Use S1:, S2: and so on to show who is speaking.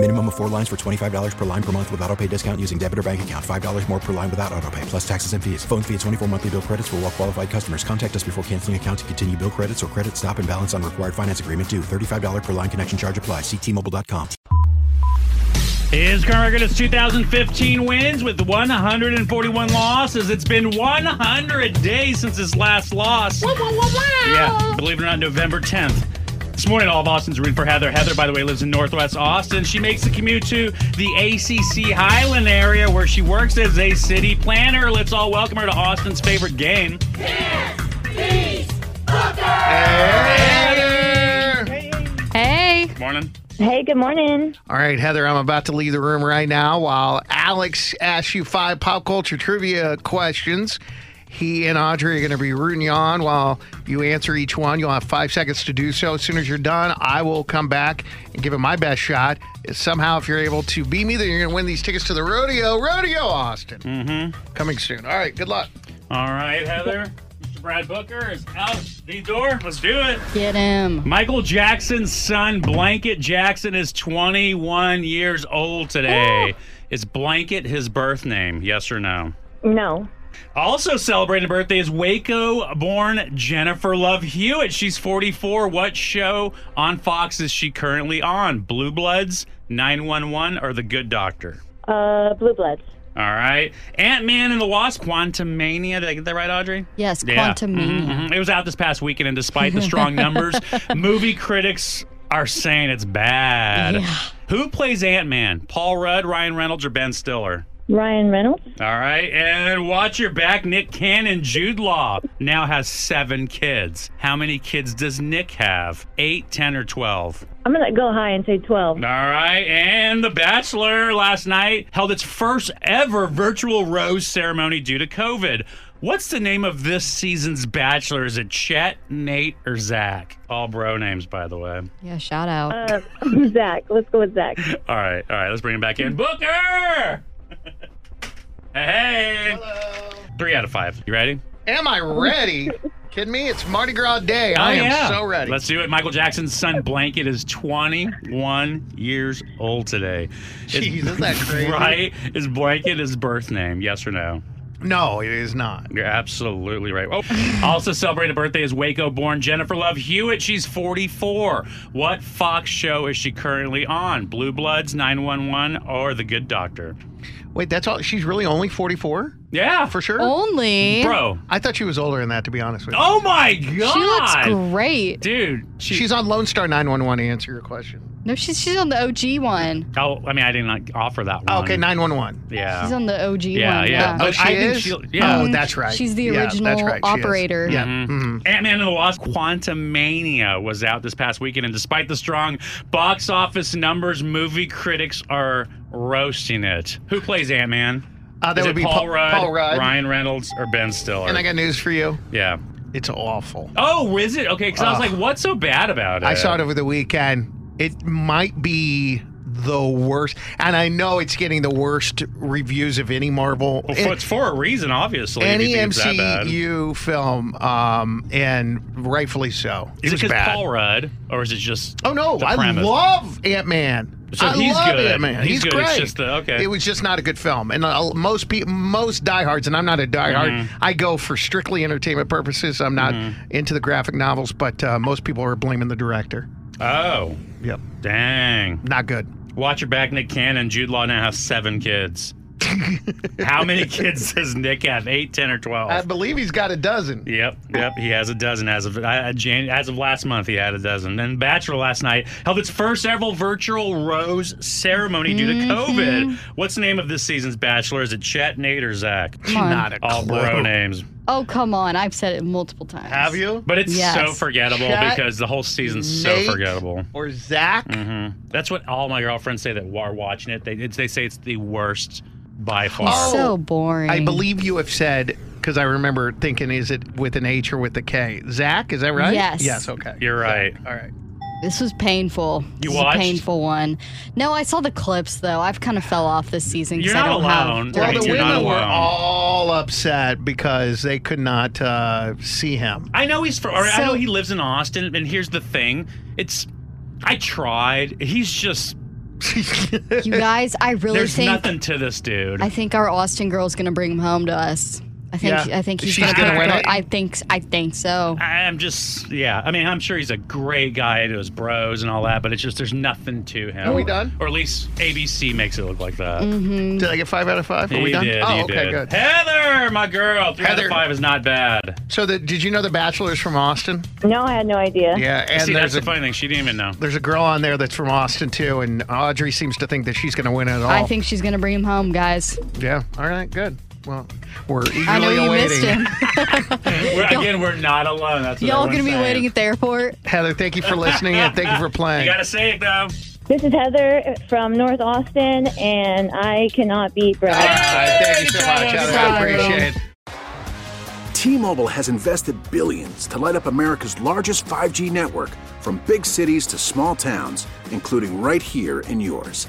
S1: Minimum of four lines for $25 per line per month with auto pay discount using debit or bank account. $5 more per line without auto pay, plus taxes and fees. Phone fee at 24 monthly bill credits for all well qualified customers. Contact us before canceling account to continue bill credits or credit stop and balance on required finance agreement due. $35 per line connection charge apply. Ctmobile.com.
S2: His current record is 2015 wins with 141 losses. It's been 100 days since his last loss. Yeah, believe it or not, November 10th. This morning, all of Austin's rooting for Heather. Heather, by the way, lives in Northwest Austin. She makes the commute to the ACC Highland area where she works as a city planner. Let's all welcome her to Austin's favorite game.
S3: Hey.
S2: Morning.
S4: Hey, good morning.
S5: All right, Heather, I'm about to leave the room right now while Alex asks you five pop culture trivia questions. He and Audrey are going to be rooting you on while you answer each one. You'll have five seconds to do so. As soon as you're done, I will come back and give it my best shot. Somehow, if you're able to beat me, then you're going to win these tickets to the rodeo. Rodeo Austin. Mm-hmm. Coming soon. All right, good luck.
S2: All right, Heather. Mr. Brad Booker is out the door. Let's do it.
S3: Get him.
S2: Michael Jackson's son, Blanket Jackson, is 21 years old today. Is Blanket his birth name? Yes or no?
S4: No.
S2: Also celebrating a birthday is Waco born Jennifer Love Hewitt. She's 44. What show on Fox is she currently on? Blue Bloods, 911, or The Good Doctor?
S4: Uh, Blue Bloods.
S2: All right. Ant Man and the Wasp, Quantumania. Did I get that right, Audrey?
S6: Yes,
S2: Yeah.
S6: Quantumania.
S2: Mhm, mhm. It was out this past weekend, and despite the strong numbers, movie critics are saying it's bad.
S6: Yeah.
S2: Who plays Ant Man? Paul Rudd, Ryan Reynolds, or Ben Stiller?
S4: Ryan Reynolds.
S2: All right. And watch your back. Nick Cannon, Jude Law, now has seven kids. How many kids does Nick have? Eight, ten, or 12?
S4: I'm gonna go high and say 12.
S2: All right, and The Bachelor last night held its first ever virtual rose ceremony due to COVID. What's the name of this season's Bachelor? Is it Chet, Nate, or Zach? All bro names, by the way.
S6: Yeah, shout out.
S4: Uh, Zach. Let's go with Zach.
S2: All right, all right, let's bring him back in. Booker! hey! Three out of five. You ready?
S5: Am I ready? Kidding me? It's Mardi Gras Day. I am
S2: yeah.
S5: so ready.
S2: Let's do it. Michael Jackson's son Blanket is 21 years old today. Is-
S5: Jeez, isn't that crazy?
S2: Right? Is Blanket his birth name? Yes or no?
S5: No, it is not.
S2: You're absolutely right. Oh, also celebrating a birthday is Waco born Jennifer Love Hewitt. She's 44. What Fox show is she currently on? Blue Bloods, 911, or The Good Doctor?
S5: Wait, that's all. She's really only 44?
S2: Yeah,
S5: For sure?
S6: Only.
S2: Bro.
S5: I thought she was older than that, to be honest with you.
S2: Oh my God.
S6: She looks great.
S2: Dude, she-
S5: She's on Lone Star 911 to answer your question.
S6: No, she's she's on the OG one.
S2: Oh, I mean, I did not offer that one.
S5: okay, 911.
S2: Yeah.
S6: She's on the OG
S2: yeah,
S6: one.
S2: yeah.
S5: Oh,
S2: Um, But
S5: she
S2: I think
S5: is?
S2: she'll- yeah.
S5: Oh, that's right.
S6: She's the
S5: Yeah, that's
S6: original
S5: right, she is.
S6: operator.
S5: Yeah.
S2: Ant Man Mm-hmm. and the Wasp Quantumania was out this past weekend, and despite the strong box office numbers, movie critics are roasting it. Who plays Ant Man?
S5: Uh, that
S2: Is
S5: would
S2: it
S5: be
S2: Paul,
S5: Pa-
S2: Rudd,
S5: Paul Rudd.
S2: Ryan Reynolds, or Ben Stiller.
S5: And I got news for you.
S2: yeah.
S5: It's awful.
S2: Oh, is it? Okay, because I was like, what's so bad about it?
S5: I saw it over the weekend. It might be the worst. And I know it's getting the worst reviews of any Marvel.
S2: Well,
S5: it-
S2: for- it's for a reason, obviously. if
S5: any
S2: you think it's that bad.
S5: MCU film, um, and rightfully so. It
S2: Is it
S5: was
S2: because
S5: bad.
S2: Paul Rudd, or is it just?
S5: Oh no,
S2: the
S5: I
S2: premise?
S5: love Ant Man.
S2: So
S5: I
S2: he's
S5: love
S2: good.
S5: Ant Man.
S2: He's
S5: He's,
S2: good,
S5: great.
S2: it's just the- okay.
S5: It was just not a good film, and uh, most people, most diehards, and I'm not a diehard.
S2: Mm-hmm.
S5: I go for strictly entertainment purposes. I'm not into the graphic novels, but uh, most people are blaming the director.
S2: Oh,
S5: Yep,
S2: dang.
S5: not good.
S2: Watch your back, Nick Cannon. Jude Law now has seven kids. How many kids does Nick have? Eight, ten, or twelve?
S5: I believe he's got a dozen.
S2: Yep, yep. He has a dozen as of uh, Jan- as of last month. He had a dozen. And Bachelor last night held its first ever virtual rose ceremony due to
S6: Mm-hmm.
S2: COVID. What's the name of this season's Bachelor? Is it Chet, Nate, or Zach?
S6: on.
S5: Not a
S2: All
S5: clue.
S2: bro names.
S6: Oh come on, I've said it multiple times.
S5: Have you?
S2: But it's
S6: Yes.
S2: so forgettable
S5: Chet,
S2: because the whole season's
S5: Nate,
S2: so forgettable.
S5: Or Zach?
S2: hmm That's what all my girlfriends say that are watching it. They it's, they say it's the worst by far.
S6: He's
S5: Oh,
S6: so boring.
S5: I believe you have said because I remember thinking, is it with an H or with a K? Zach, is that right?
S6: Yes.
S5: Yes. Okay.
S2: You're right.
S5: All right.
S6: This was painful.
S2: You
S6: this is
S2: watched?
S6: a painful one. No, I saw the clips though. I've kind of fell off this season. 'cause
S2: You're not
S6: I don't
S2: alone.
S6: Have,
S5: Well,
S2: Right,
S5: the
S2: you're
S5: women
S2: not
S5: were
S2: alone.
S5: all upset because they could not uh, see him.
S2: I know he's from. or I
S6: So-
S2: know he lives in Austin. And here's the thing: it's. I tried. He's just.
S6: you guys, I really
S2: There's
S6: think
S2: nothing to this dude.
S6: I think our Austin girl's gonna bring him home to us. I think
S5: Yeah.
S6: I think he's
S5: She's
S6: gonna,
S5: gonna win it?
S6: I think I think so.
S2: I, am just. Yeah. I mean, I'm sure he's a great guy to his bros and all that, but it's just there's nothing to him.
S5: Are we done?
S2: Or at least ABC makes it look like that.
S6: Mm-hmm.
S5: Did I get five out of five? Are
S2: He
S5: we done?
S2: did,
S5: oh,
S2: he
S5: okay,
S2: did.
S5: good.
S2: Heather, my girl. Three out
S5: Heather.
S2: of five is not bad.
S5: So, the, did you know the Bachelor's from Austin?
S4: No, I had no idea.
S5: Yeah, and
S2: See, that's
S5: there's
S2: the
S5: a
S2: funny thing. She didn't even know.
S5: there's a girl on there that's from Austin too, and Audrey seems to think that she's going to win it all.
S6: I think she's gonna bring him home, guys.
S5: Yeah. All right. Good. Well, we're eagerly
S6: I know you
S5: awaiting.
S6: missed him.
S2: We're, again, we're not alone. That's what
S6: Y'all
S2: everyone's
S6: gonna be
S2: saying.
S6: waiting at the airport.
S5: Heather, thank you for listening and thank you for
S2: You
S5: playing.
S2: gotta say it though.
S4: This is Heather from North Austin, and I cannot beat Brad.
S5: All right, thank you so much, Heather. I
S6: Sorry.
S5: appreciate it.
S7: T-Mobile has invested billions to light up America's largest 5G network from big cities to small towns, including right here in yours.